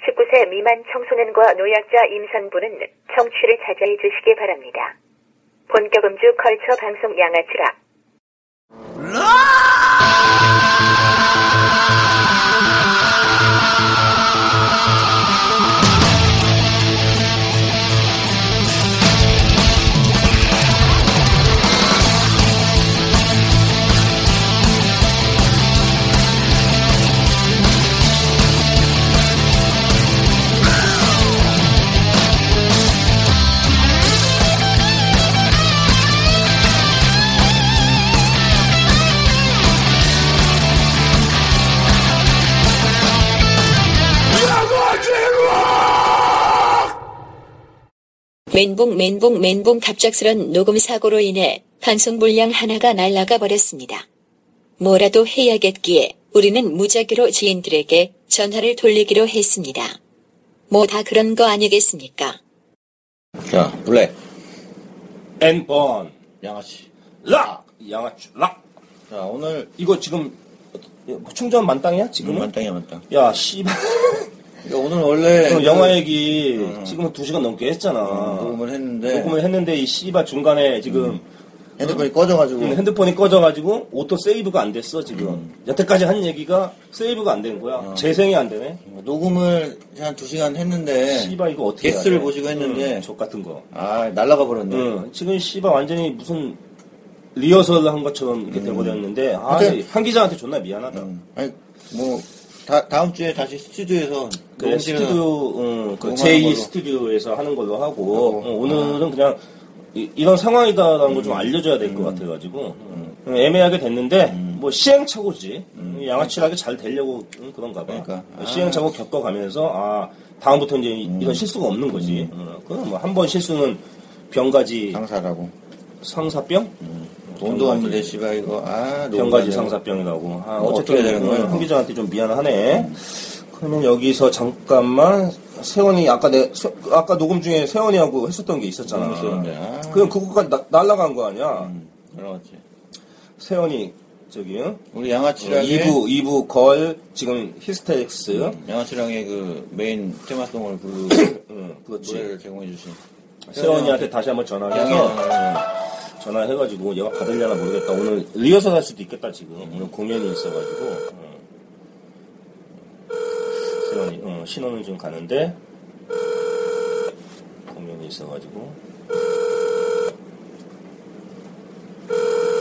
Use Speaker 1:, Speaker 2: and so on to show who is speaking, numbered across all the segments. Speaker 1: 19세 미만 청소년과 노약자 임산부는 청취를 자제해 주시기 바랍니다. 본격 음주 컬처 방송 양아치라.
Speaker 2: 멘붕 멘붕 멘붕 갑작스런 녹음 사고로 인해 방송 물량 하나가 날아가 버렸습니다. 뭐라도 해야겠기에 우리는 무작위로 지인들에게 전화를 돌리기로 했습니다. 뭐 다 그런 거 아니겠습니까?
Speaker 3: 야, 블랙.
Speaker 4: N번
Speaker 3: 양아치.
Speaker 4: 락! 양아치 락!
Speaker 3: 자, 오늘
Speaker 4: 이거 지금 뭐 충전 만땅이야? 지금은?
Speaker 3: 음, 만땅이야, 만땅.
Speaker 4: 야 씨발
Speaker 3: 그러니까 오늘 원래 어,
Speaker 4: 그 영화 얘기 지금 두 시간 넘게 했잖아
Speaker 3: 음. 녹음을 음. 했는데
Speaker 4: 녹음을 했는데 이 씨발 중간에 지금
Speaker 3: 핸드폰이 꺼져가지고
Speaker 4: 음, 핸드폰이 꺼져가지고 오토 세이브가 안 됐어 지금
Speaker 3: 음.
Speaker 4: 여태까지 한 얘기가 세이브가 안 된 거야 재생이 안 되네
Speaker 3: 녹음을 한 두 시간 했는데
Speaker 4: 씨발 이거 어떻게
Speaker 3: 네. 게스트를
Speaker 4: 해야 돼?
Speaker 3: 모시고 했는데
Speaker 4: 음, 족 같은 거
Speaker 3: 아, 날라가 버렸네.
Speaker 4: 응, 지금 씨발 완전히 무슨 리허설 한 것처럼 이렇게 돼버렸는데
Speaker 3: 음.
Speaker 4: 아,
Speaker 3: 하여튼-
Speaker 4: 한 기자한테 존나 미안하다
Speaker 3: 음. 아니, 뭐 다, 다음 주에 다시 스튜디오에서
Speaker 4: 그
Speaker 3: 녹음실에서
Speaker 4: 스튜디오, 응, 그
Speaker 3: 녹음하는
Speaker 4: 제2
Speaker 3: 걸로.
Speaker 4: 스튜디오에서 하는 걸로
Speaker 3: 하고.
Speaker 4: 하고, 어, 음. 오늘은 그냥 이, 런 상황이다라는 걸 좀 알려줘야 될 것 같아가지고, 음, 애매하게 됐는데, 뭐 시행착오지. 음, 양아치하게 잘 되려고 음, 그런가 봐.
Speaker 3: 그러니까. 아.
Speaker 4: 시행착오 겪어가면서, 아, 다음부터 이제 이- 이런 실수가 없는 거지. 어, 그럼 뭐 한 번 실수는 병가지
Speaker 3: 장사라고.
Speaker 4: 음, 상사병?
Speaker 3: 돈도 없는데, 씨발, 이거. 아, 녹음
Speaker 4: 병가지
Speaker 3: 안 되고.
Speaker 4: 상사병이라고. 아,
Speaker 3: 뭐 어떻게 해야
Speaker 4: 어쨌든
Speaker 3: 되는 거예요?
Speaker 4: 홍 기자한테 좀 미안하네. 그러면 여기서 잠깐만 세원이 아까 내 세- 아까 녹음 중에 세원이하고 했었던 게 있었잖아.
Speaker 3: 녹음 음. 있었는데, 아.
Speaker 4: 그럼 그거까지 나- 날라간 거 아니야?
Speaker 3: 올라왔지.
Speaker 4: 세원이 저기
Speaker 3: 우리 양아치랑.
Speaker 4: 2부 2부 걸 지금 히스테릭스
Speaker 3: 음. 양아치랑의 그 메인 테마송을 부르
Speaker 4: 응, 음, 그렇지.
Speaker 3: 노래를 아, 제공해주신.
Speaker 4: 세원이한테 다시 한번 전화해서 전화해가지고 얘가 받을려나 모르겠다. 오늘 리허설 할 수도 있겠다 지금. 오늘 공연이 있어가지고 어. 세원이 어, 신호는 좀 가는데 공연이 있어가지고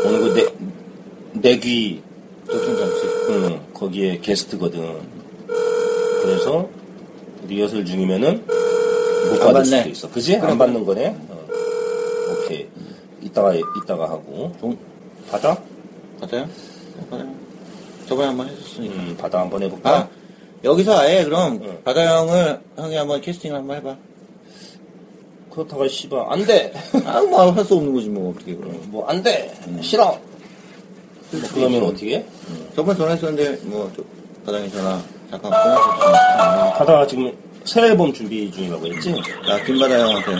Speaker 4: 오늘 그 내, 내귀
Speaker 3: 조충장씨.
Speaker 4: 응, 음, 거기에 게스트거든. 그래서 리허설 중이면은 못
Speaker 3: 안
Speaker 4: 받을
Speaker 3: 받네.
Speaker 4: 수도 있어. 그지? 안 받는 거네. 어. 오케이. 이따가 이따가 하고 받아?
Speaker 3: 맞아요? 맞아요. 저번에 한 번 했었으니까.
Speaker 4: 음, 받아 한번 해볼까?
Speaker 3: 음. 아, 음. 여기서 아예 그럼
Speaker 4: 응.
Speaker 3: 바다 형을, 형이 한번 캐스팅을 한번 해봐.
Speaker 4: 그렇다가 씨발 안 돼.
Speaker 3: 아, 뭐, 할 수 없는 거지, 뭐, 어떻게, 그럼.
Speaker 4: 뭐 안 돼. 싫어. 뭐 그러면 어떻게? 해?
Speaker 3: 저번에 전화했었는데, 뭐, 저, 바다 형이 전화, 잠깐 끊었었지.
Speaker 4: 받아 지금 새 앨범 준비 중이라고 했지?
Speaker 3: 나, 김바다 형한테.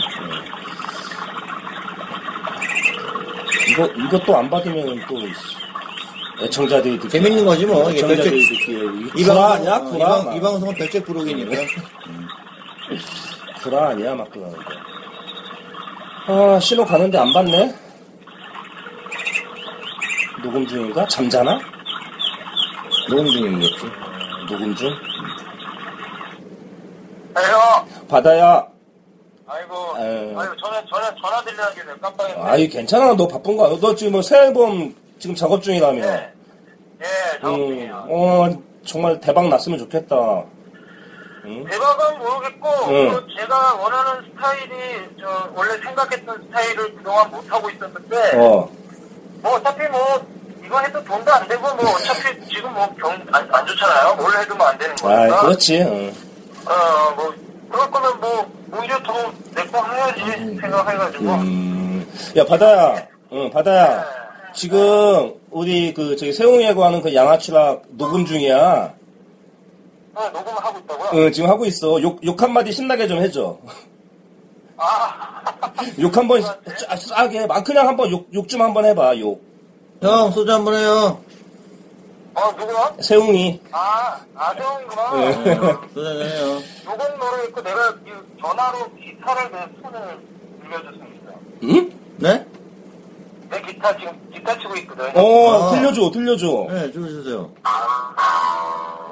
Speaker 4: 이거 이것도 안 받으면 또 씨, 애청자들이 듣기
Speaker 3: 재밌는 거지, 뭐. 이게
Speaker 4: 애청자들이
Speaker 3: 별책.
Speaker 4: 듣기 구라 아니야?
Speaker 3: 어,
Speaker 4: 구라
Speaker 3: 이, 방, 이 방송은 별책 부록이니까.
Speaker 4: 구라 아니야 막 그러는데 아 신호 가는데 안 받네 녹음 중인가 잠자나
Speaker 3: 녹음 중이겠지.
Speaker 4: 그. 녹음 중
Speaker 5: 형,
Speaker 4: 바다야
Speaker 5: 아이고,
Speaker 4: 에이.
Speaker 5: 아이고 전화 전화 전화 드리려는 게 깜빡했네.
Speaker 4: 네. 아이 괜찮아 너 바쁜 거 아니야 너 지금 뭐새 앨범 지금 작업 중이라며
Speaker 5: 네. 예, 저
Speaker 4: 응. 어 정말 대박 났으면 좋겠다 어,
Speaker 5: 대박은 모르겠고
Speaker 4: 응.
Speaker 5: 그 제가 원하는 스타일이 저 원래 생각했던 스타일을 그동안 못 하고 있었는데
Speaker 4: 어
Speaker 5: 뭐 어차피 뭐 이거 해도 돈도 안 되고 뭐 어차피 지금 뭐경안 안 좋잖아요. 뭘 해도 뭐안 되는
Speaker 4: 아이
Speaker 5: 거니까.
Speaker 4: 그렇지 응.
Speaker 5: 어, 뭐 그럴 거면 뭐 오히려 더 내 거 해야지 생각해가지고
Speaker 4: 음. 야, 바다야. 응, 바다야.
Speaker 5: 네.
Speaker 4: 지금 우리 그 저기 세웅이하고 하는 그 양아치락 녹음 중이야.
Speaker 5: 어, 녹음을 하고 있다고요?
Speaker 4: 응, 지금 하고 있어. 욕, 욕 한마디 신나게 좀 해줘.
Speaker 5: 아,
Speaker 4: 욕 한번 짜- 싸게. 막 그냥 한번 욕, 욕 좀 한번 해봐, 욕.
Speaker 3: 형 소주 한 번 해요.
Speaker 5: 어 누구야?
Speaker 4: 세웅이.
Speaker 5: 아 아정이구나.
Speaker 4: 네.
Speaker 3: 소주 한 번 해요.
Speaker 5: 녹음 노래 있고 내가 이 전화로 기타를 내 손에 빌려줬습니다.
Speaker 4: 응?
Speaker 3: 네?
Speaker 5: 내 기타 지금 기타 치고 있거든.
Speaker 4: 어,
Speaker 3: 아.
Speaker 4: 들려줘, 어, 들려줘.
Speaker 3: 네, 주무세요.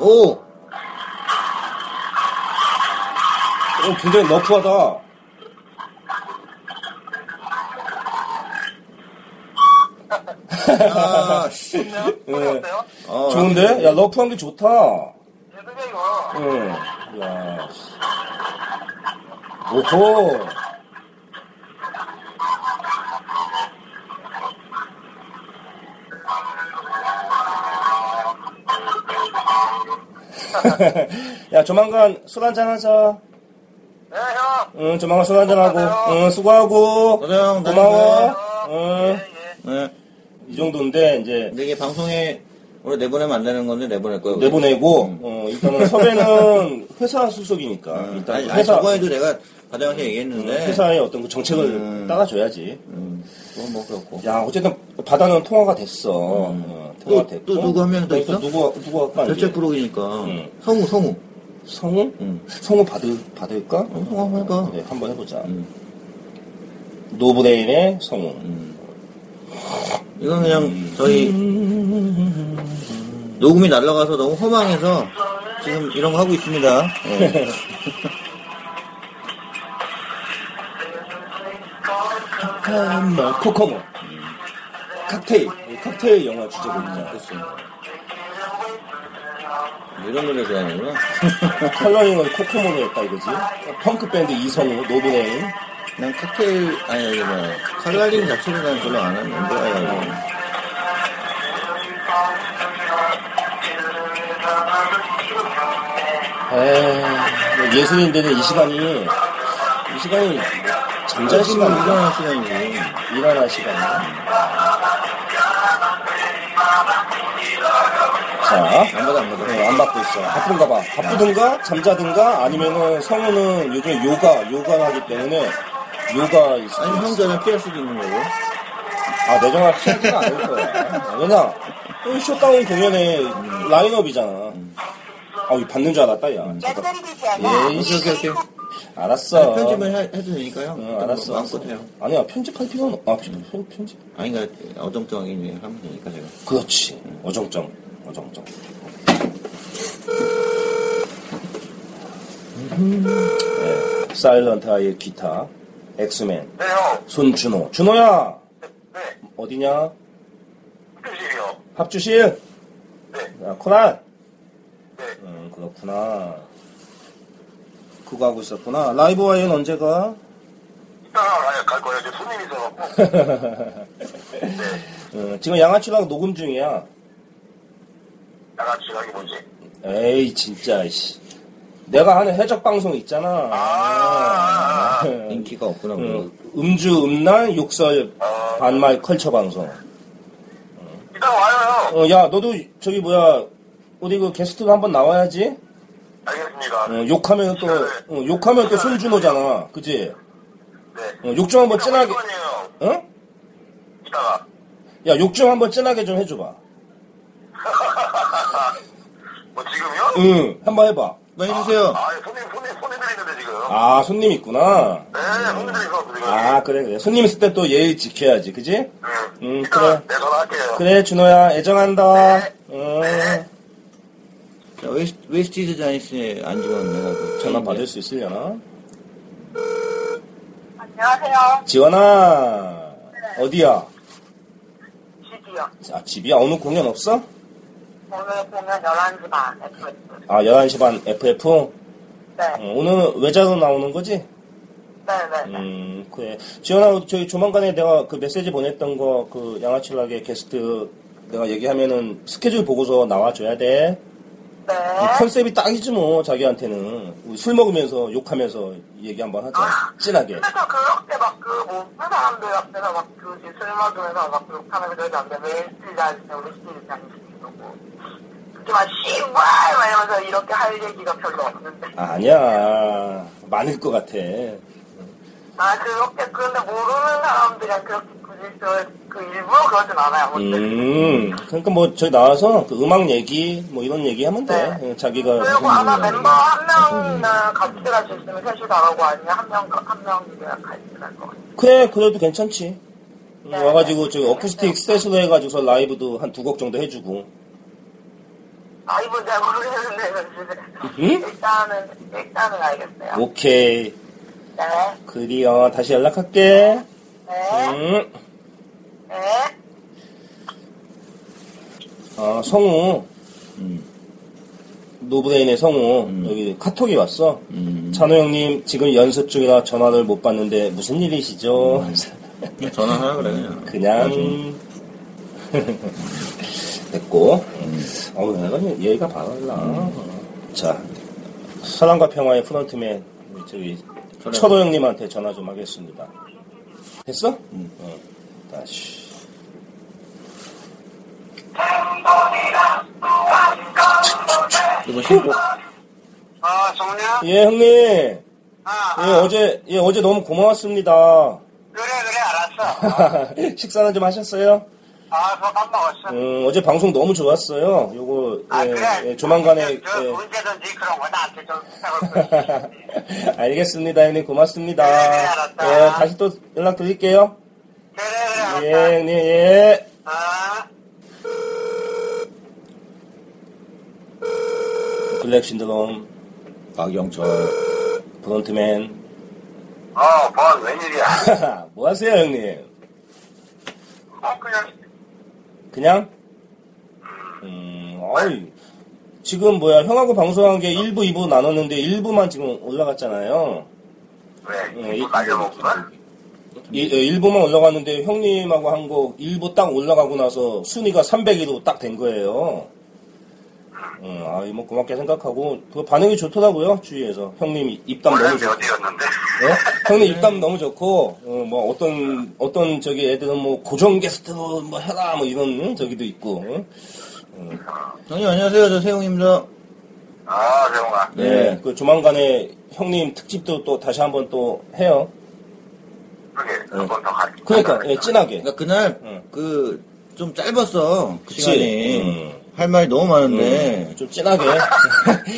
Speaker 3: 오!
Speaker 4: 어, 굉장히 너프하다.
Speaker 3: 아, 씨.
Speaker 5: 소리
Speaker 4: 예.
Speaker 5: 어때요?
Speaker 3: 어,
Speaker 4: 좋은데? 야, 너프한 게 좋다.
Speaker 5: 예술이야 이거.
Speaker 4: 응. 야. 오호. 야, 조만간 술 한잔 하자.
Speaker 5: 네 형.
Speaker 4: 응, 조만간 술 한잔 하고. 응, 수고하고.
Speaker 3: 그래, 형,
Speaker 4: 고마워.
Speaker 5: 예
Speaker 4: 응.
Speaker 5: 예.
Speaker 3: 네.
Speaker 4: 이 정도인데, 이제,
Speaker 3: 근데 이게 방송에 원래 내보내면 안 되는 건데 내보낼 거예요.
Speaker 4: 내보내고, 어, 일단은 섭외는 회사 수속이니까.
Speaker 3: 음,
Speaker 4: 일단
Speaker 3: 아니, 음, 아니,
Speaker 4: 회사,
Speaker 3: 저거에도 내가 바다형한테 얘기했는데.
Speaker 4: 회사의 어떤 그 정책을
Speaker 3: 네. 음.
Speaker 4: 따라줘야지.
Speaker 3: 음, 그건 뭐 그렇고.
Speaker 4: 야, 어쨌든 바다는 통화가 됐어.
Speaker 3: 음.
Speaker 4: 어, 통화가
Speaker 3: 또-
Speaker 4: 됐고.
Speaker 3: 또 누구 한명더
Speaker 4: 또
Speaker 3: 있어?
Speaker 4: 누구 누구 할까? 이제?
Speaker 3: 결제 프로그니까
Speaker 4: 음.
Speaker 3: 성우 성우.
Speaker 4: 성우?
Speaker 3: 음.
Speaker 4: 성우 받을 받을까?
Speaker 3: 어, 성우 한번 해봐.
Speaker 4: 그래, 한번 해보자.
Speaker 3: 음.
Speaker 4: 노브레인의 성우.
Speaker 3: 이건 그냥 저희 녹음이 날라가서 너무 허망해서 지금 이런 거 하고 있습니다. 예.
Speaker 4: 카카오 코코모. 칵테일. 이 칵테일 영화 주제곡이잖아.
Speaker 3: 음. 이런 노래 좋아하는구나.
Speaker 4: 컬러링은 코코모로 했다 이거지. 펑크 밴드 이성우, 노브레인.
Speaker 3: 난 칵테일 아니 이게 뭐야 칼날링 자체를 난 별로 안 하는 안 좋아해가지고.
Speaker 4: 에이, 어, 예술인들은 이 시간이 이 시간이 잠잘
Speaker 3: 자식은
Speaker 4: 시간,
Speaker 3: 일어날 시간이지.
Speaker 4: 일어날 시간. 자.
Speaker 3: 안 받아 안 받아.
Speaker 4: 네, 안 받고 있어. 바쁜가 봐. 바쁘든가, 잠자든가, 아니면은 성우는 요즘에 요가, 요가를 하기 때문에 요가 있
Speaker 3: 아니 형 전에 피할 수도 있는 거고.
Speaker 4: 아, 내 전화 피할가 아닐 거야. 왜냐, 이 쇼다운 공연의 라인업이잖아. 아, 이거 받는 줄 알았다, 야. 잠깐.
Speaker 3: 예, 오케이 오케이 오케이.
Speaker 4: 알았어.
Speaker 3: 편집을 해, 해도 되니까요.
Speaker 4: 응, 알았어.
Speaker 3: 뭐 마음껏 해요.
Speaker 4: 아니야, 편집할 필요는 없, 아, 편- 편- 편집.
Speaker 3: 아니, 그러니까 어정쩡하게 이제 하면 되니까 제가.
Speaker 4: 그렇지. 어정쩡. 어정쩡. 네. 사일런트 아이의 기타, 엑스맨,
Speaker 5: 네 형.
Speaker 4: 손준호. 준호야!
Speaker 5: 네.
Speaker 4: 어디냐?
Speaker 5: 표시요.
Speaker 4: 합주실?
Speaker 5: 네.
Speaker 4: 야, 코난?
Speaker 5: 네.
Speaker 4: 음, 그렇구나. 그거 하고 있었구나. 라이브 와이는 언제가?
Speaker 5: 이따가 아예 갈 거예요. 이제 손님 있어갖고.
Speaker 4: 음, 지금 양아치랑 녹음 중이야.
Speaker 5: 나가 지각이 뭐지?
Speaker 4: 에이, 진짜, 씨. 내가 하는 해적 방송 있잖아.
Speaker 5: 아, 아,
Speaker 3: 인기가 없구나.
Speaker 4: 음,
Speaker 3: 음.
Speaker 4: 음주 음란 욕설 반말 컬처 방송.
Speaker 5: 어, 이따가 와요 형.
Speaker 4: 어, 야 너도 저기 뭐야 우리 그 게스트로 한번 나와야지.
Speaker 5: 알겠습니다.
Speaker 4: 어, 욕하면 또 어, 욕하면 또 손준호잖아, 그지? 어,
Speaker 5: 네.
Speaker 4: 욕 좀 한번
Speaker 5: 이따가
Speaker 4: 진하게.
Speaker 5: 올 거예요.
Speaker 4: 어?
Speaker 5: 이따가.
Speaker 4: 야욕 좀 한번 진하게 좀 해줘봐.
Speaker 5: 뭐 지금요?
Speaker 4: 응, 한번 해봐.
Speaker 3: 빨리 해주세요.
Speaker 5: 아, 예, 손님, 손님, 손님들이 있는데 지금.
Speaker 4: 아 손님 있구나.
Speaker 5: 네, 손님들이 있어갖고 지금.
Speaker 4: 아 그래 그래. 손님 있을 때 또 예의 지켜야지, 그지?
Speaker 5: 네.
Speaker 4: 음,
Speaker 5: 이따가
Speaker 4: 그래.
Speaker 5: 내 전화할게요.
Speaker 4: 그래 준호야 애정한다.
Speaker 5: 네.
Speaker 4: 응.
Speaker 3: 자, 웨스, 웨스티드 자니스의 안지원 내가 그
Speaker 4: 전화 받을 수 있으려나?
Speaker 5: 안녕하세요. 네.
Speaker 4: 지원아 어디야?
Speaker 5: 시디요.
Speaker 4: 아 집이야? 오늘 공연 없어?
Speaker 5: 오늘 공연 11시 반, 네, FX.
Speaker 4: 아, 11시 반 FF? 어,
Speaker 5: 네,
Speaker 4: 오늘 외자로 나오는 거지?
Speaker 5: 네, 네. 네.
Speaker 4: 음, 그래. 지현아, 저희 조만간에 내가 그 메시지 보냈던 거, 그 양아칠락의 게스트 내가 얘기하면은 스케줄 보고서 나와줘야 돼. 이
Speaker 5: 네.
Speaker 4: 컨셉이 딱이지 뭐 자기한테는 우리 술 먹으면서 욕하면서 얘기 한번 하자 진하게
Speaker 5: 그래서 그렇게 막그뭐 사람들 앞에서 막그 예술 음악에서 막그 욕하는 그런 남자 매일 스틸다 우리 스틸 다니시고 그렇지만 씨발 막 이러면서 이렇게 할 얘기가 별로 없는데
Speaker 4: 아, 아니야 많을 것 같아
Speaker 5: 아 그렇게 그런데 모르는 사람들이랑 그렇게 굳이 저그 일부러 그러진 않아요. 근데
Speaker 4: 음 그러니까 뭐 저기 나와서 그 음악 얘기 뭐 이런 얘기 하면 돼 어,
Speaker 5: 네.
Speaker 4: 자기가
Speaker 5: 그리고 아마 멤버 한 명이나 같이 갈 수 있으면 셋이 가라고 아니면 한명한명 같이 갈 것 같아요.
Speaker 4: 그래 그래도 괜찮지 음,
Speaker 5: 네.
Speaker 4: 와가지고 저 어쿠스틱 스탯으로 해가지고서 라이브도 한 두 곡 정도 해주고
Speaker 5: 아 이분 잘 모르겠는데 사실.
Speaker 4: 응?
Speaker 5: 일단은 일단은 알겠어요.
Speaker 4: 뭐? 오케이
Speaker 5: 네.
Speaker 4: 그리어 다시 연락할게
Speaker 5: 네.
Speaker 4: 음.
Speaker 5: 네.
Speaker 4: 아, 성우.
Speaker 3: 음.
Speaker 4: 노브레인의 성우. 여기 카톡이 왔어.
Speaker 3: 음.
Speaker 4: 찬호 형님, 지금 연습 중이라 전화를 못 받는데 무슨 일이시죠?
Speaker 3: 전화하라 그래 그냥. 음. 나중에.
Speaker 4: 그냥. 됐고.
Speaker 3: 음.
Speaker 4: 어우, 내가 얘기가 바랄라. 자, 사랑과 평화의 프런트맨, 우리 저기,
Speaker 3: 그래.
Speaker 4: 철호 형님한테 전화 좀 하겠습니다. 됐어?
Speaker 3: 음.
Speaker 4: 어. 다시.
Speaker 3: 이거 신고
Speaker 5: 아 정우야.
Speaker 4: 예, 형님.
Speaker 5: 아,
Speaker 4: 예, 어제, 예, 어제 너무 고마웠습니다.
Speaker 5: 그래 그래 알았어.
Speaker 4: 식사는 좀 하셨어요?
Speaker 5: 아 그거 밥 먹었어.
Speaker 4: 음, 어제 방송 너무 좋았어요. 요거,
Speaker 5: 아
Speaker 4: 예,
Speaker 5: 그래.
Speaker 4: 예, 조만간에,
Speaker 5: 저, 저
Speaker 4: 예.
Speaker 5: 문제든지 그런 거 나한테 좀 부탁을 해.
Speaker 4: 알겠습니다, 형님. 고맙습니다.
Speaker 5: 네, 네, 알았다.
Speaker 4: 예, 다시 또 연락드릴게요.
Speaker 5: 그래 그래 알았어.
Speaker 4: 예, 형님, 예.
Speaker 5: 아.
Speaker 4: 블랙 신드롬,
Speaker 3: 박영철
Speaker 4: 브론트맨.
Speaker 5: 어, 뭔 웬일이야?
Speaker 4: 뭐 하세요, 형님?
Speaker 5: 어, 그냥
Speaker 4: 그냥? 음, 어이. 지금 뭐야, 형하고 방송한 게 1부, 2부 나눴는데 1부만 지금 올라갔잖아요. 예,
Speaker 5: 왜?
Speaker 4: 이-
Speaker 5: 이거 날려먹은 거야?
Speaker 4: 이, 예, 일부만 올라갔는데 형님하고 한 거 일부 딱 올라가고 나서 순위가 300위로 딱 된 거예요. 음, 아, 이뭐 고맙게 생각하고 그 반응이 좋더라고요 주위에서 형님 입담
Speaker 5: 원래
Speaker 4: 너무 좋고,
Speaker 5: 몇이었는데?
Speaker 4: 예? 형님 입담 너무 좋고, 어, 뭐 어떤 어떤 저기 애들은 뭐 고정 게스트로 뭐 해라 뭐 이런 음, 저기도 있고, 응?
Speaker 3: 형님 안녕하세요 저 세웅입니다
Speaker 5: 아, 세웅아.
Speaker 4: 네, 그 조만간에 형님 특집도 또 다시 한번 또 해요.
Speaker 5: 그게 한 번 더 갈게.
Speaker 4: 네. 그러니까 예, 진하게.
Speaker 3: 그러니까 그날
Speaker 4: 응.
Speaker 3: 그 좀 짧았어 그
Speaker 4: 그치.
Speaker 3: 시간이
Speaker 4: 음.
Speaker 3: 할 말이 너무 많은데
Speaker 4: 좀 진하게.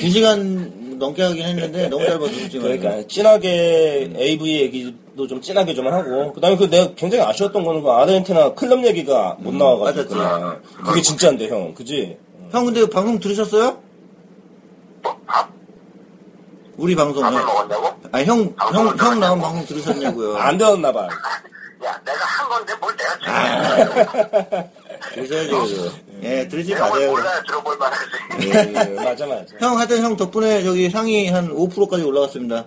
Speaker 3: 두 시간 넘게 하긴 했는데 너무 짧아서 두 시간
Speaker 4: 그러니까 진하게 AV 얘기도 좀 진하게 좀 하고 그다음에 그 내가 굉장히 아쉬웠던 거는 그 아르헨티나 클럽 얘기가 못 나와가지고
Speaker 3: 음, 맞았지.
Speaker 4: 그냥. 그게 진짜인데 형 그지?
Speaker 3: 형 근데 방송 들으셨어요? 우리 방송
Speaker 4: 네.
Speaker 3: 아,
Speaker 5: 밥을 먹었냐고?
Speaker 3: 아형형형
Speaker 5: 방송을 들었냐고.
Speaker 3: 나온 방송 들으셨냐고요
Speaker 4: 안 되었나 봐.
Speaker 5: 야, 내가 한 건데 뭘 내가
Speaker 4: 아,
Speaker 5: 지금.
Speaker 3: 들으셔야죠 예 들으지
Speaker 5: 내용을
Speaker 3: 마세요
Speaker 5: 몰라야 들어볼 만하지.
Speaker 3: 예,
Speaker 4: 네,
Speaker 3: 예.
Speaker 4: 맞아 맞아.
Speaker 3: 형 하여튼 형 덕분에 저기 상위 한 5%까지 올라갔습니다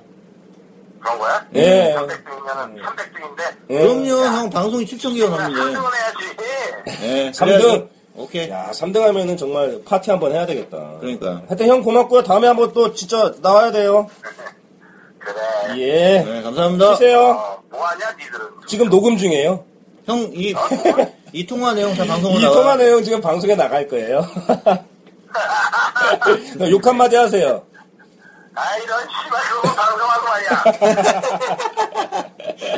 Speaker 5: 그런 거야?
Speaker 4: 예.
Speaker 5: 300등이면 300등인데.
Speaker 4: 예.
Speaker 3: 그럼요 형 방송이 7,000개가 넘는데
Speaker 5: 3등은 해야지.
Speaker 3: 예,
Speaker 4: 네. 삼등.
Speaker 3: 그래야죠. 오케이
Speaker 4: 야 3등 하면은 정말 파티 한번 해야 되겠다.
Speaker 3: 그러니까
Speaker 4: 하여튼 형 고맙고요. 다음에 한번 또 진짜 나와야 돼요.
Speaker 5: 그래.
Speaker 4: 예.
Speaker 3: 네, 감사합니다
Speaker 4: 쉬세요.
Speaker 5: 어, 뭐하냐, 니들은.
Speaker 4: 지금 녹음 중이에요.
Speaker 3: 형 이 이 통화 내용 다 방송으로
Speaker 4: 이
Speaker 3: 나와
Speaker 4: 통화 내용 지금 방송에 나갈 거예요. 욕 한마디 하세요.
Speaker 5: 아, 이런 씨발, 그거 방송하고 말이야.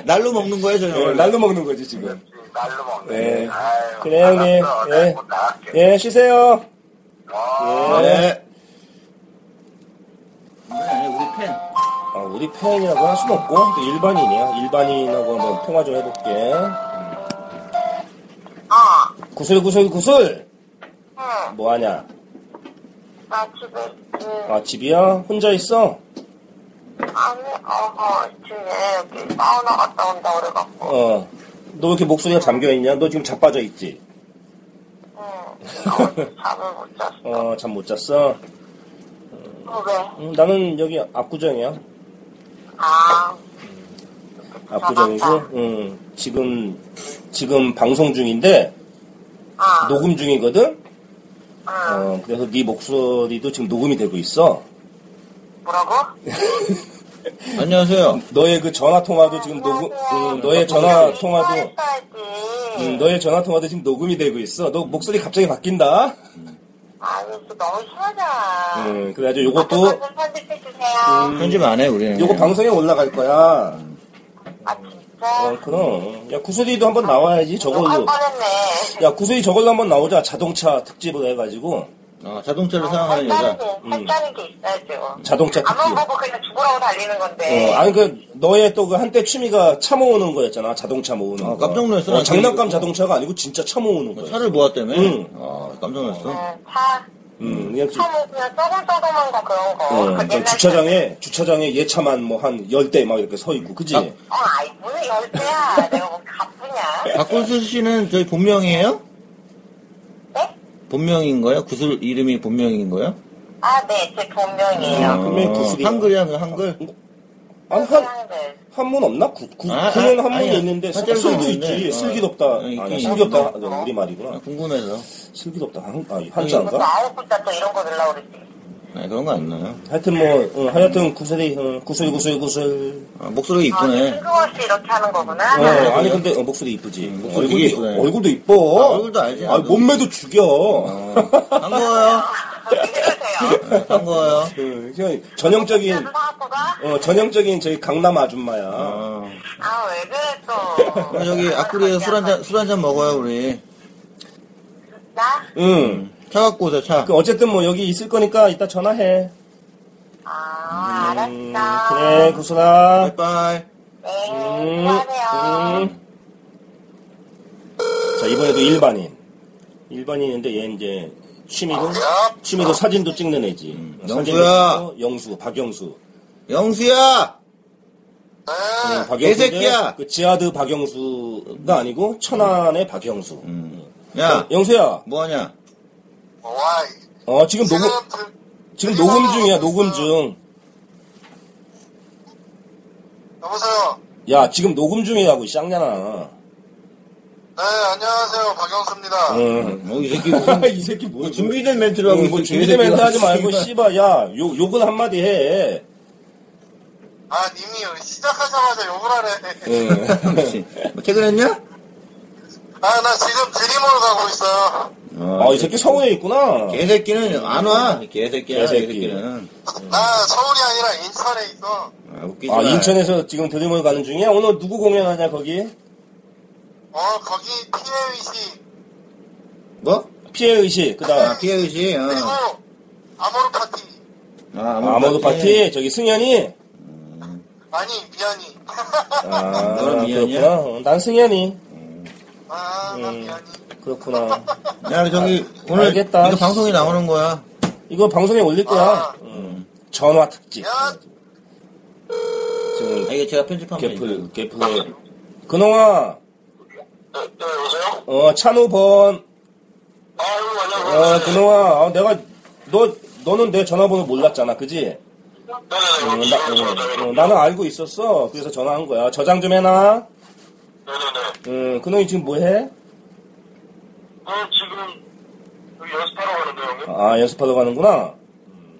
Speaker 3: 날로 먹는 거예요 저
Speaker 4: 예,
Speaker 3: 형을
Speaker 4: 날로 먹는 거지 지금.
Speaker 5: 날로 먹네.
Speaker 4: 네.
Speaker 5: 아유,
Speaker 4: 그래, 형님.
Speaker 5: 알았어.
Speaker 4: 예.
Speaker 5: 나곧 나갈게.
Speaker 4: 예, 쉬세요.
Speaker 5: 어.
Speaker 4: 네.
Speaker 3: 네, 우리 팬
Speaker 4: 아, 우리 팬이라고 할 수는 없고, 또 일반인이야. 일반인하고 한번 통화 좀 해볼게.
Speaker 5: 어,
Speaker 4: 구슬, 구슬, 구슬!
Speaker 5: 응.
Speaker 4: 뭐하냐?
Speaker 5: 나 지금, 그,
Speaker 4: 아, 집이야? 혼자 있어?
Speaker 5: 아니, 어허, 뭐, 중에 여기 사우나 갔다 온다 그래갖고,
Speaker 4: 어. 너 왜 이렇게 목소리가 잠겨있냐? 너 지금 자빠져 있지?
Speaker 5: 나 오늘 음, 어, 잠을 못 잤어.
Speaker 4: 어, 잠 못 잤어?
Speaker 5: 어, 왜?
Speaker 4: 음, 나는 여기 압구정이야.
Speaker 5: 아,
Speaker 4: 압구정이고, 음, 지금, 지금 방송 중인데,
Speaker 5: 아,
Speaker 4: 녹음 중이거든? 어, 그래서 네 목소리도 지금 녹음이 되고 있어.
Speaker 5: 뭐라고?
Speaker 3: 안녕하세요.
Speaker 4: 너의 그 전화 통화도 지금 녹음,
Speaker 5: 아, 네.
Speaker 4: 음, 너의 전화 통화도,
Speaker 5: 했어야지.
Speaker 4: 음, 너의 전화 통화도 지금 녹음이 되고 있어. 너 목소리 갑자기 바뀐다.
Speaker 5: 아니, 진짜 너무 심하잖아.
Speaker 4: 음, 그래가지고 요것도, 음,
Speaker 5: 좀 편집해주세요.
Speaker 3: 편집 안 해, 우리는.
Speaker 4: 요거 방송에 올라갈 거야.
Speaker 5: 아, 진짜?
Speaker 4: 음. 어, 그럼. 야, 구슬이도 한번 나와야지.
Speaker 5: 욕할
Speaker 4: 저걸로.
Speaker 5: 뻔했네.
Speaker 4: 야, 구슬이 저걸로 한번 나오자. 자동차 특집으로 해가지고.
Speaker 3: 아, 자동차를 사용하는
Speaker 5: 할다는
Speaker 6: 아,
Speaker 3: 여자.
Speaker 6: 네.
Speaker 5: 게,
Speaker 4: 음.
Speaker 5: 할다는 게 있어야죠.
Speaker 4: 자동차 특집.
Speaker 5: 안만 보고 그냥 죽으라고 달리는 건데.
Speaker 4: 어, 아니 그 너의 또 그 한때 취미가 차 모으는 거였잖아 자동차 모으는
Speaker 3: 아,
Speaker 4: 거
Speaker 3: 깜짝 놀랐어.
Speaker 4: 어, 장난감 자동차가 아니고 진짜 차 모으는 거야
Speaker 3: 뭐 차를 모았다며?
Speaker 4: 응.
Speaker 3: 아, 깜짝 놀랐어.
Speaker 5: 음, 차,
Speaker 4: 음, 그냥 주,
Speaker 5: 차 뭐, 그냥 썩음썩음한 거 그런
Speaker 6: 아,
Speaker 5: 거.
Speaker 4: 어,
Speaker 5: 그
Speaker 4: 그
Speaker 5: 옛날
Speaker 4: 주차장에 주차장에 얘 차만 뭐 한 열 대 막 이렇게 서 있고 그지
Speaker 3: 아.
Speaker 5: 차. 어, 아이, 무슨 열쇠야. 내가 뭐 가쁘냐.
Speaker 3: 박군수 씨는 저희 본명이에요?
Speaker 5: 네?
Speaker 3: 본명인 거예요? 구슬 이름이 본명인 거예요? 아,
Speaker 5: 아, 네, 제 본명이에요.
Speaker 4: 본명이 구슬이야.
Speaker 3: 한글이야, 그 한글?
Speaker 4: 아, 음, 한
Speaker 5: 사람들.
Speaker 4: 한문 없나 구, 구,
Speaker 3: 아,
Speaker 4: 구는
Speaker 3: 아,
Speaker 4: 한문이
Speaker 3: 아니야.
Speaker 4: 있는데 슬-
Speaker 3: 한자리도
Speaker 4: 슬기
Speaker 3: 있는데.
Speaker 4: 있지
Speaker 3: 어.
Speaker 4: 슬기롭다
Speaker 3: 어, 있긴
Speaker 4: 아니
Speaker 3: 있어.
Speaker 4: 슬기롭다 아, 우리 말이구나
Speaker 3: 아, 궁금해서.
Speaker 4: 슬기롭다 한,
Speaker 3: 어,
Speaker 4: 아,
Speaker 5: 또
Speaker 4: 한자인가
Speaker 5: 아홉 글자 또 이런 거 넣으려고 그랬지.
Speaker 3: 아, 그런 거 안 나요.
Speaker 4: 하여튼 뭐 어, 하여튼 구슬이 어, 구슬 구슬 구슬
Speaker 3: 아, 목소리가
Speaker 5: 아,
Speaker 3: 이쁘네.
Speaker 5: 뜬금없이 이렇게 하는 거구나. 네.
Speaker 4: 어,
Speaker 3: 그래,
Speaker 4: 아니
Speaker 3: 그래.
Speaker 4: 근데 어, 목소리 이쁘지
Speaker 3: 음, 목소리
Speaker 4: 얼굴도
Speaker 3: 되게 이쁘네.
Speaker 4: 얼굴도 이뻐
Speaker 3: 아, 얼굴도 알지, 어.
Speaker 4: 아니,
Speaker 3: 나도.
Speaker 4: 몸매도 죽여
Speaker 3: 한 거예요?
Speaker 4: 아.
Speaker 5: 그러세요.
Speaker 3: 아, 네, 한 거예요?
Speaker 4: 그, 그냥 전형적인
Speaker 5: 그래서 사갖고가,
Speaker 4: 어, 전형적인 저희 강남 아줌마야.
Speaker 3: 아,
Speaker 5: 아, 왜 그래 또.
Speaker 3: 그럼 어, 저기 앞구리에서 술 한잔, 술 한잔 먹어요, 우리.
Speaker 5: 나?
Speaker 4: 응.
Speaker 3: 차 갖고 오세요, 차.
Speaker 4: 그 어쨌든 뭐 여기 있을 거니까 이따 전화해.
Speaker 5: 아,
Speaker 4: 음,
Speaker 5: 알았어.
Speaker 4: 그래, 구순아.
Speaker 3: 바이바이.
Speaker 5: 네,
Speaker 4: 음,
Speaker 5: 수고하세요.
Speaker 4: 음. 자, 이번에도 일반인. 일반인인데 얘 이제
Speaker 5: 예.
Speaker 4: 취미로 취미로 사진도 찍는 애지. 어,
Speaker 3: 음,
Speaker 4: 사진도
Speaker 3: 영수야.
Speaker 4: 찍고 영수, 박영수.
Speaker 3: 영수야! 아,
Speaker 4: 음, 박영수.
Speaker 3: 새끼야.
Speaker 4: 그 지하드 박영수가 아니고 천안의 박영수.
Speaker 3: 음.
Speaker 4: 어,
Speaker 3: 야,
Speaker 4: 영수야.
Speaker 3: 뭐하냐?
Speaker 5: 와,
Speaker 4: 어, 지금 녹음 지금 녹음 중이야, 녹음 중.
Speaker 5: 여보세요.
Speaker 4: 야, 지금 녹음 중이라고, 이 쌍년아.
Speaker 5: 네, 안녕하세요. 박영수입니다.
Speaker 4: 응.
Speaker 3: 뭐, 이 새끼 무슨,
Speaker 4: 이 새끼 뭐야.
Speaker 3: 준비된 멘트를 하고
Speaker 4: 응,
Speaker 3: 있어.
Speaker 4: 음. 어, 뭐 준비된 멘트 하지 말고,
Speaker 3: 씨발.
Speaker 4: 씨발, 야, 욕, 욕은 한마디 해.
Speaker 5: 아, 님이 시작하자마자 욕을 하네.
Speaker 4: 응.
Speaker 3: 그렇지. 뭐 퇴근했냐?
Speaker 5: 아, 나 지금 드림으로 가고 있어요.
Speaker 4: 아, 이 새끼 서울에 있구나.
Speaker 3: 개새끼는 안 와. 개새끼야,
Speaker 4: 개새끼.
Speaker 3: 개새끼는.
Speaker 5: 나 서울이 아니라 인천에 있어.
Speaker 3: 아, 웃기지
Speaker 4: 아,
Speaker 3: 마.
Speaker 4: 인천에서 지금 드림을 가는 중이야? 오늘 누구 공연하냐, 거기?
Speaker 5: 어, 거기 피해의식.
Speaker 3: 뭐?
Speaker 4: 피해의식, 그 다음.
Speaker 3: 아, 피해의식. 어.
Speaker 5: 그리고 아모르 파티.
Speaker 3: 아,
Speaker 4: 아모드 파티, 저기 승현이?
Speaker 5: 아니, 미안이.
Speaker 4: 아,
Speaker 3: 너는 미연이야?
Speaker 4: 그렇구나. 어, 난 승현이.
Speaker 5: 아,
Speaker 4: 음.
Speaker 5: 나 미안이.
Speaker 4: 그렇구나.
Speaker 3: 야, 저기, 오늘,
Speaker 4: 알겠다.
Speaker 3: 이거 방송에 나오는 거야.
Speaker 4: 이거 방송에 올릴 거야.
Speaker 5: 아.
Speaker 4: 응. 전화 특집.
Speaker 5: 야.
Speaker 4: 지금
Speaker 3: 아, 이게 제가 편집한 거.
Speaker 4: 개풀, 개풀에. 근홍아,
Speaker 5: 네, 네, 여보세요?
Speaker 4: 어, 찬우 번.
Speaker 5: 아, 여기
Speaker 4: 아,
Speaker 5: 완전
Speaker 4: 그놈아, 아, 내가, 너, 너는 내 전화번호 몰랐잖아, 그지? 어,
Speaker 5: 네네네.
Speaker 4: 나, 어, 어, 나는 알고 있었어. 그래서 전화한 거야. 저장 좀 해놔.
Speaker 5: 네네네.
Speaker 4: 응, 그놈이 지금 뭐 해?
Speaker 5: 어, 지금 여기 연습하러 가는데, 형님?
Speaker 4: 아, 연습하러 가는구나.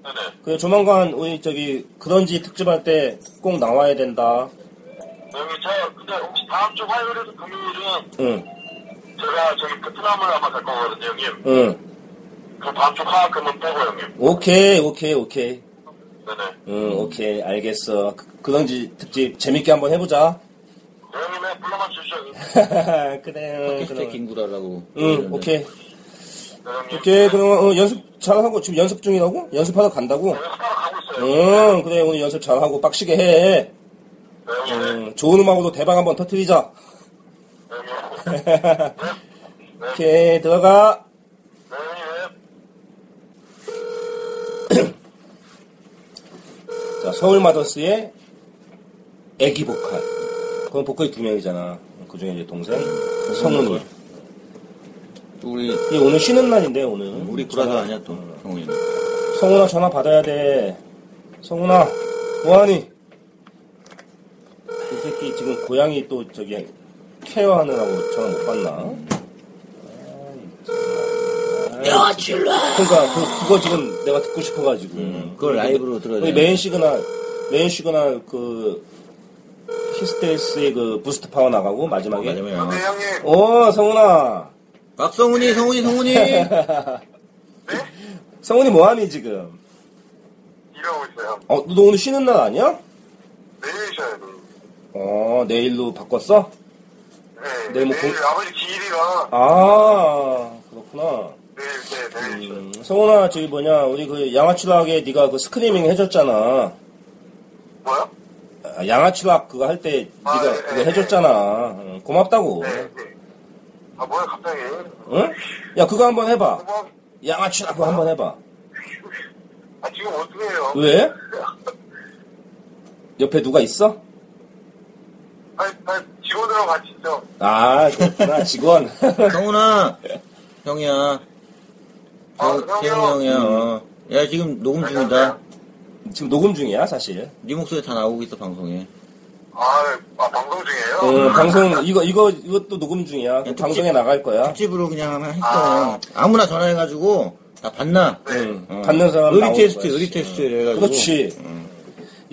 Speaker 5: 네네.
Speaker 4: 그래, 조만간, 우리, 저기, 그런지 특집할 때 꼭 나와야 된다.
Speaker 5: 여기 저, 근데 혹시 다음 주 화요일에서 금요일은
Speaker 4: 응,
Speaker 5: 제가 저기 그 베트남을 아마 갈 거거든요, 형님.
Speaker 4: 응.
Speaker 5: 그 다음 주 화학 금은 빼고, 형님.
Speaker 4: 오케이, 오케이, 오케이.
Speaker 5: 네네.
Speaker 4: 응, 오케이, 알겠어. 그- 그런지 특집 재밌게 한번 해보자.
Speaker 5: 네, 형님의 불러만 주시죠, 형님.
Speaker 4: 그래,
Speaker 3: 캐스트
Speaker 4: 그럼.
Speaker 3: 김구라라고.
Speaker 4: 응, 오케이.
Speaker 5: 네, 형님.
Speaker 4: 오케이, 그럼, 어, 연습 잘하고, 지금 연습 중이라고? 연습하러 간다고?
Speaker 5: 연습하러 가고 있어요.
Speaker 4: 응, 그래, 오늘 연습 잘하고 빡시게 해.
Speaker 5: 네, 형님. 네,
Speaker 4: 응, 좋은 음악으로 대박 한번 터트리자.
Speaker 5: 형님.
Speaker 4: 오케이, 들어가.
Speaker 5: 네, 형님.
Speaker 4: 자, 서울 마더스의 애기 보컬. 그건 보컬이 두 명이잖아. 그 중에 이제 동생, 성훈이.
Speaker 3: 또 우리,
Speaker 4: 이게 오늘 쉬는 날인데, 오늘.
Speaker 3: 우리 브라더 아니야, 또. 경훈이.
Speaker 4: 성훈아, 전화 받아야 돼. 성훈아, 뭐하니? 이 새끼 지금 고양이 또 저기 케어하느라고 전화 못 받나? 아이, 정말.
Speaker 2: 며칠 후
Speaker 4: 그러니까 그, 그거 지금 내가 듣고 싶어가지고
Speaker 3: 음, 그걸 라이브로 들어야
Speaker 4: 거의
Speaker 3: 돼요.
Speaker 4: 메인 시그널 메인 시그널 그 히스테스의 그 부스트 파워 나가고 마지막에
Speaker 3: 어, 마지막에.
Speaker 5: 형님.
Speaker 4: 어 성훈아
Speaker 3: 박성훈이, 성훈이, 성훈이!
Speaker 5: 네?
Speaker 4: 성훈이 뭐하니 지금
Speaker 5: 일하고 있어요.
Speaker 4: 어너 오늘 쉬는 날 아니야?
Speaker 5: 내일 쉬어야 돼.
Speaker 4: 어 내일로 바꿨어?
Speaker 5: 네.
Speaker 4: 내일
Speaker 5: 내일
Speaker 4: 뭐 공-
Speaker 5: 아버지 기일이라
Speaker 4: 아 그렇구나
Speaker 5: 내일, 네, 내일 쉬어요.
Speaker 4: 음, 성훈아 저기 뭐냐 우리 그 양아치락에 네가 그 스크리밍 해줬잖아
Speaker 5: 뭐요?
Speaker 4: 아, 양아치락 그거 할 때
Speaker 5: 아,
Speaker 4: 네가
Speaker 5: 네,
Speaker 4: 그거
Speaker 5: 네,
Speaker 4: 해줬잖아 음, 고맙다고
Speaker 5: 네, 네. 아, 뭐야, 갑자기.
Speaker 4: 응? 야 그거 한번 해봐
Speaker 5: 뭐,
Speaker 4: 양아치라고 한번 해봐.
Speaker 5: 아, 지금 어떻게 해요?
Speaker 4: 왜? 옆에 누가 있어?
Speaker 5: 아니, 아니, 직원들하고 같이 있죠.
Speaker 4: 아, 그렇구나, 직원.
Speaker 3: 성훈아! 형이야.
Speaker 5: 아,
Speaker 3: 어, 태훈이 형이야. 어. 야, 지금 녹음 중이다.
Speaker 4: 지금 녹음 중이야, 사실.
Speaker 3: 네 목소리 다 나오고 있어, 방송에.
Speaker 5: 아, 아, 방송 중이에요?
Speaker 4: 어, 방송, 이거, 이거, 이것도 녹음 중이야. 그
Speaker 3: 특집.
Speaker 4: 방송에 나갈 거야.
Speaker 3: 집으로 그냥 하면 했어.
Speaker 5: 아.
Speaker 3: 아무나 전화해가지고, 다 봤나?
Speaker 5: 네.
Speaker 4: 응, 받는 사람
Speaker 3: 의리
Speaker 4: 나오는
Speaker 3: 테스트,
Speaker 4: 거야.
Speaker 3: 의리 테스트 해가지고.
Speaker 4: 그렇지.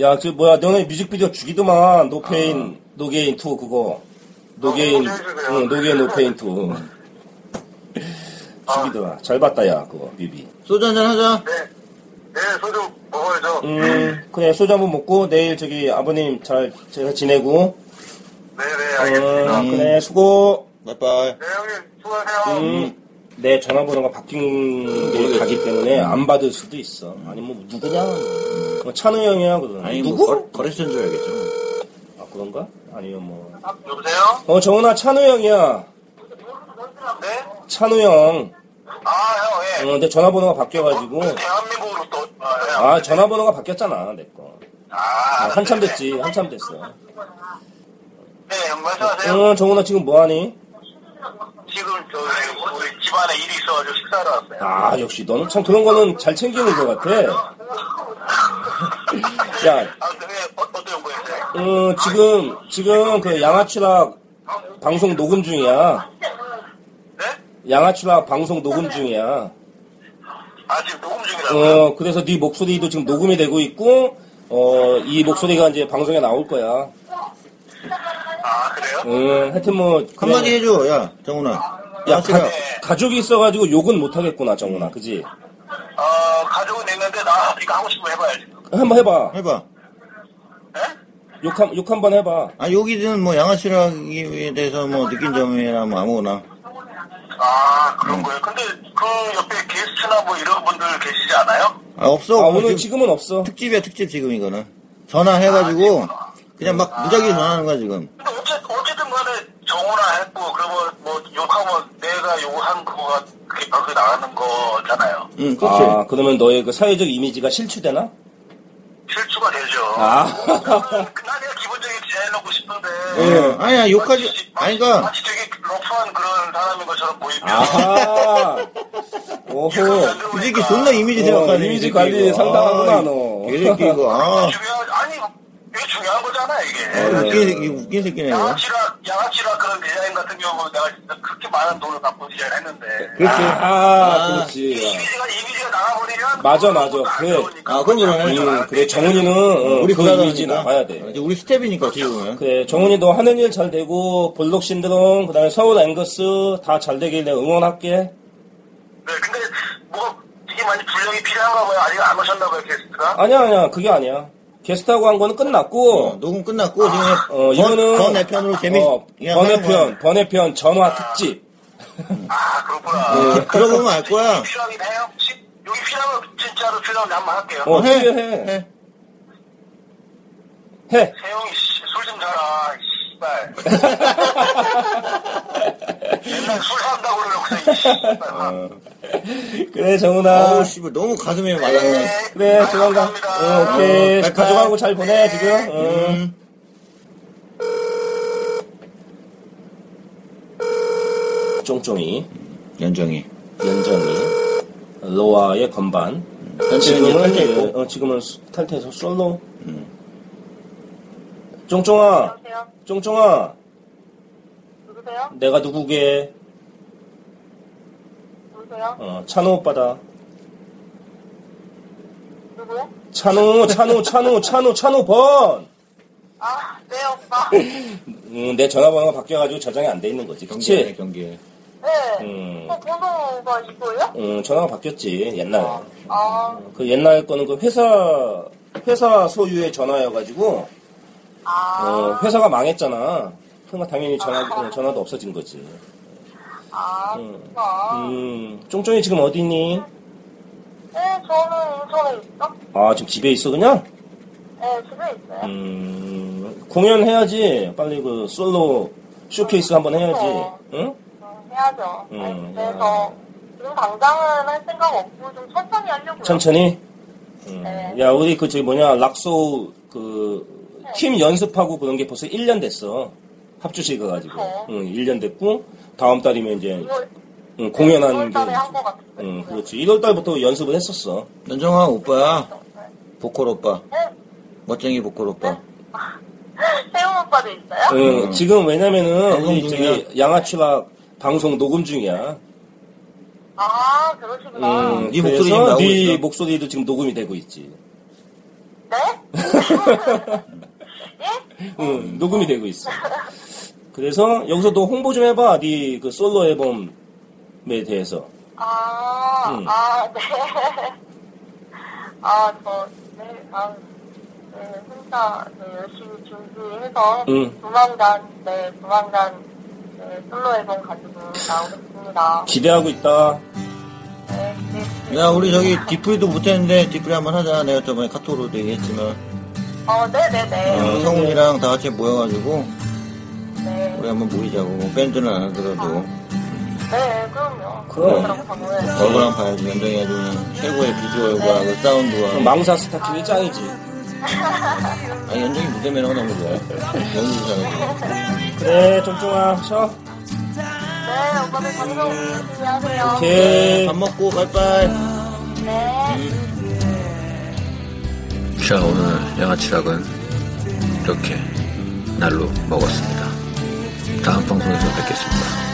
Speaker 4: 야, 저, 뭐야, 너네 뮤직비디오 죽이더만. 노페인,
Speaker 3: 아.
Speaker 4: 노게인 2 그거. 노게인,
Speaker 5: 어, 보내주세요.
Speaker 4: 응, 노게인 노페인 2. 죽이더라. 잘 봤다, 야, 그거, 비비.
Speaker 3: 소주 한잔 하자.
Speaker 5: 네. 네, 소주 먹어야죠.
Speaker 4: 음, 그래, 소주 한번 먹고, 내일 저기 아버님 잘, 잘 지내고.
Speaker 5: 네, 네,
Speaker 4: 어,
Speaker 5: 알겠습니다.
Speaker 3: 음.
Speaker 4: 그래, 수고.
Speaker 3: 바이바이.
Speaker 5: 네, 형님, 수고하세요.
Speaker 4: 음, 내 전화번호가 바뀐 게 가기 때문에 안 받을 수도 있어. 아니면 뭐 누구냐? 뭐 찬우 형이야 그러나.
Speaker 3: 아니,
Speaker 4: 누구?
Speaker 3: 뭐, 거래, 거래처인 줄 알겠죠.
Speaker 4: 아 그런가? 아니면 뭐.
Speaker 5: 여보세요?
Speaker 4: 어 정은아 찬우 형이야.
Speaker 5: 네?
Speaker 4: 찬우 형.
Speaker 5: 아, 형, 예.
Speaker 4: 어, 내 전화번호가 바뀌어가지고.
Speaker 5: 대한민국으로 또, 아, 예.
Speaker 4: 아 전화번호가 바뀌었잖아 내 거.
Speaker 5: 아,
Speaker 4: 아, 한참
Speaker 5: 네.
Speaker 4: 됐지 한참 됐어.
Speaker 5: 네, 형, 말씀하세요.
Speaker 4: 응 정은아 지금 뭐하니?
Speaker 5: 지금 저 우리 집안에 일이 있어가지고 식사하러 왔어요.
Speaker 4: 아 역시 너는 참 그런 거는 잘 챙기는 것 같아. 야.
Speaker 5: 아, 근데 어, 어떻게 보였어요?
Speaker 4: 어 지금 지금 그 양아치락 방송 녹음 중이야.
Speaker 5: 네?
Speaker 4: 양아치락 방송 녹음 중이야.
Speaker 5: 아, 지금 녹음 중이라고요?
Speaker 4: 어, 그래서 네 목소리도 지금 녹음이 되고 있고, 어, 이 목소리가 이제 방송에 나올 거야.
Speaker 5: 아, 그래요?
Speaker 4: 응, 하여튼 뭐. 그래.
Speaker 3: 한마디 해줘, 야, 정훈아.
Speaker 4: 야,
Speaker 3: 양아치락.
Speaker 4: 가, 족이 있어가지고 욕은 못하겠구나, 정훈아. 그지?
Speaker 5: 어, 가족은 있는데 나 이거 하고 싶으면 해봐야지.
Speaker 4: 한번 해봐.
Speaker 3: 해봐.
Speaker 5: 네?
Speaker 4: 욕, 한, 욕 한번 해봐.
Speaker 3: 아, 여기든 뭐, 양아치락에 대해서 뭐, 느낀 점이나 뭐, 아무거나.
Speaker 5: 아, 그런 거예요? 근데 그 옆에 게스트나 뭐 이런 분들 계시지 않아요?
Speaker 3: 아,
Speaker 4: 아,
Speaker 3: 없어.
Speaker 4: 오늘 지금은 없어.
Speaker 3: 특집이야, 특집 지금 이거는. 전화해가지고,
Speaker 4: 아, 네.
Speaker 3: 그냥 막 무작위 전화하는 거야, 지금.
Speaker 5: 근데 어째, 어쨌든 간에 정호나 했고, 그러면 뭐 욕하면 내가 욕한 거가 그게 밖에 나가는 거잖아요.
Speaker 3: 응, 음, 그렇지.
Speaker 4: 아, 그러면 너의 그 사회적 이미지가 실추되나?
Speaker 5: 실수가 되죠.
Speaker 4: 아.
Speaker 5: 나 내가 기본적인 디자인하고 싶은데.
Speaker 4: 네.
Speaker 3: 예. 아니야, 욕하지-
Speaker 5: 마치-
Speaker 3: 아니, 그러니까-
Speaker 5: 마치 되게 러프한 그런 사람인 것처럼 보이면.
Speaker 3: 아.
Speaker 4: 아하. 오호.
Speaker 3: 이 새끼 존나 이미지
Speaker 4: 어,
Speaker 3: 생각하네.
Speaker 4: 이미지
Speaker 3: 이 새끼
Speaker 4: 관리
Speaker 3: 이거.
Speaker 4: 상당하구나,
Speaker 3: 아,
Speaker 4: 너.
Speaker 3: 이 새끼 이거, 아.
Speaker 5: 중요한, 아니, 이게 중요한 거잖아, 이게.
Speaker 3: 아, 웃긴, 새끼, 웃긴 새끼네. 이거.
Speaker 5: 양아치라, 양아치라 그런 디자인 같은 경우 내가 진짜 그렇게 많은 돈을 갖고 디자인 했는데.
Speaker 3: 그렇지.
Speaker 4: 아,
Speaker 3: 아.
Speaker 4: 그렇지.
Speaker 5: 이미지가, 이미지가 나가버리면.
Speaker 4: 맞아, 맞아. 그래.
Speaker 3: 아, 그건 그러네.
Speaker 4: 음, 그래, 정훈이는, 어,
Speaker 3: 우리
Speaker 4: 우리 그
Speaker 3: 브라더니까.
Speaker 4: 이미지 나가야 돼.
Speaker 3: 이제 우리 스텝이니까, 어떻게 보면.
Speaker 4: 그래, 정훈이 너 하는 일 잘 되고, 볼록 신드롬, 그 다음에 서울 앵거스 다 잘 되길 내가 응원할게.
Speaker 5: 네, 근데 뭐, 이게 많이 분량이 필요한가 봐요. 아직 안 오셨나 봐요, 게스트가.
Speaker 4: 아니야, 아니야, 그게 아니야. 게스트하고 한 거는
Speaker 3: 어,
Speaker 4: 끝났고,
Speaker 3: 녹음 끝났고, 지금.
Speaker 4: 어, 이거는.
Speaker 3: 번외편으로 재미,
Speaker 4: 어,
Speaker 3: 그냥 하는
Speaker 4: 번외편, 번외편 전화 특집.
Speaker 5: 아, 그렇구나.
Speaker 3: 거야. 어, 들어보면 알 거야.
Speaker 5: 필요하긴 해요. 시- 여기 필요하면 진짜로 필요하면 한번 할게요.
Speaker 4: 어, 해, 해.
Speaker 3: 해.
Speaker 4: 해.
Speaker 5: 세영이 술좀 사라. 씨발. 맨날 술 산다고 그러고 그냥 씨발.
Speaker 4: 그래,
Speaker 3: 어우,
Speaker 4: 정훈아.
Speaker 3: 씨발, 너무 가슴에 와닿네.
Speaker 4: 그래,
Speaker 5: 아유,
Speaker 4: 조만간.
Speaker 5: 감사합니다.
Speaker 4: 어, 오케이.
Speaker 3: 어,
Speaker 4: 가족하고 잘 보내, 지금. 어.
Speaker 3: 음.
Speaker 4: 쫑쫑이,
Speaker 3: 연정이.
Speaker 4: 연정이, 로아의 건반.
Speaker 3: 연정이 이제 탈퇴했고.
Speaker 4: 어, 지금은 음. 수- 탈퇴해서 솔로. 쫑쫑아,
Speaker 5: 여보세요?
Speaker 4: 쫑쫑아,
Speaker 5: 누구세요?
Speaker 4: 내가 누구게?
Speaker 5: 누구세요?
Speaker 6: 누구요?
Speaker 4: 어, 찬호 오빠다.
Speaker 6: 누구?
Speaker 4: 찬호, 찬호, 찬호, 찬호, 찬호 번!
Speaker 6: 아, 네, 오빠.
Speaker 4: 음, 내 전화번호가 바뀌어가지고 저장이 안 돼 있는 거지.
Speaker 3: 경기에
Speaker 4: 그치?
Speaker 3: 경기에
Speaker 6: 네.
Speaker 4: 음.
Speaker 6: 어, 번호가 이거예요?
Speaker 4: 음, 전화가 바뀌었지, 옛날에.
Speaker 6: 아,
Speaker 4: 그 옛날 거는 그 회사, 회사 소유의 전화여가지고,
Speaker 6: 아,
Speaker 4: 어, 회사가 망했잖아. 그러니까 당연히 전화, 어, 전화도 없어진 거지.
Speaker 6: 아, 그렇구나.
Speaker 4: 음, 쫑쫑이 지금 어디 있니?
Speaker 6: 네, 저는 인천에 있어.
Speaker 4: 아, 지금 집에 있어, 그냥?
Speaker 6: 네, 집에 있어요.
Speaker 4: 음, 공연해야지. 빨리 그 솔로 쇼케이스 한번 해야지. 응?
Speaker 6: 음, 해야죠.
Speaker 4: 음.
Speaker 6: 아니, 그래서 지금 당장은 할 생각 없고 좀 천천히 하려고요.
Speaker 4: 천천히. 음,
Speaker 6: 네.
Speaker 4: 야, 우리 그 저기 뭐냐, 락소 그 팀 연습하고 그런 게 벌써 1년 됐어. 합주식해가지고.
Speaker 6: 그쵸.
Speaker 4: 응, 1년 됐고, 다음 달이면 이제
Speaker 6: 이월- 네,
Speaker 4: 응, 공연하는 게. 그렇죠.
Speaker 6: 6월달에 한 것 같은데.
Speaker 4: 응, 그렇지. 1월 달부터 연습을 했었어.
Speaker 3: 연정아 오빠야 보컬 오빠
Speaker 6: 네.
Speaker 3: 멋쟁이 보컬 오빠
Speaker 6: 세훈 오빠도 있어요?
Speaker 4: 응,
Speaker 3: 음.
Speaker 4: 지금 왜냐면은,
Speaker 3: 방송
Speaker 4: 우리 저기
Speaker 3: 중이야?
Speaker 4: 양아치락 방송 녹음 중이야.
Speaker 6: 아, 그러시구나.
Speaker 4: 음,
Speaker 3: 네 목소리
Speaker 4: 그래서
Speaker 3: 지금 나오고
Speaker 4: 네
Speaker 3: 있어?
Speaker 4: 목소리도 지금 녹음이 되고 있지.
Speaker 6: 네?
Speaker 4: 응, 녹음이 되고 있어. 그래서 여기서 너 홍보 좀 해봐. 네 그 솔로 앨범에 대해서.
Speaker 6: 아,
Speaker 4: 음.
Speaker 6: 아, 네. 아, 저, 네, 아, 네, 혼자 네, 열심히 준비해서
Speaker 4: 음.
Speaker 6: 조만간, 네, 조만간 네, 솔로 앨범 가지고 나오겠습니다.
Speaker 4: 기대하고 있다.
Speaker 6: 네, 네, 네.
Speaker 3: 야 우리 저기 디프리도 못했는데 디프리 한번 하자 내가 저번에 카톡으로 도 얘기했지만
Speaker 6: 어, 네, 네,
Speaker 4: 아,
Speaker 6: 네.
Speaker 3: 어, 성훈이랑 다 같이 모여가지고
Speaker 6: 네,
Speaker 3: 우리 한번 모이자고 뭐 밴드는 안 하더라도
Speaker 6: 네, 그럼요.
Speaker 4: 그럼.
Speaker 6: 그럼 저는
Speaker 3: 얼굴랑 봐야지 연정이 아주 그냥 최고의 비주얼과 그 사운드와
Speaker 4: 그럼 망사 스타킹이 짱이지.
Speaker 3: 아 연정이 무대 매너가 너무 좋아 연주 잘하고
Speaker 4: 그래, 쫑쫑아. 쉬어.
Speaker 6: 네, 오빠들 방송 열심히 하세요.
Speaker 4: 오케이.
Speaker 3: 밥 먹고 빠이빠이
Speaker 6: 네.
Speaker 7: 자, 오늘 양아치락은 이렇게 날로 먹었습니다. 다음 방송에서 뵙겠습니다.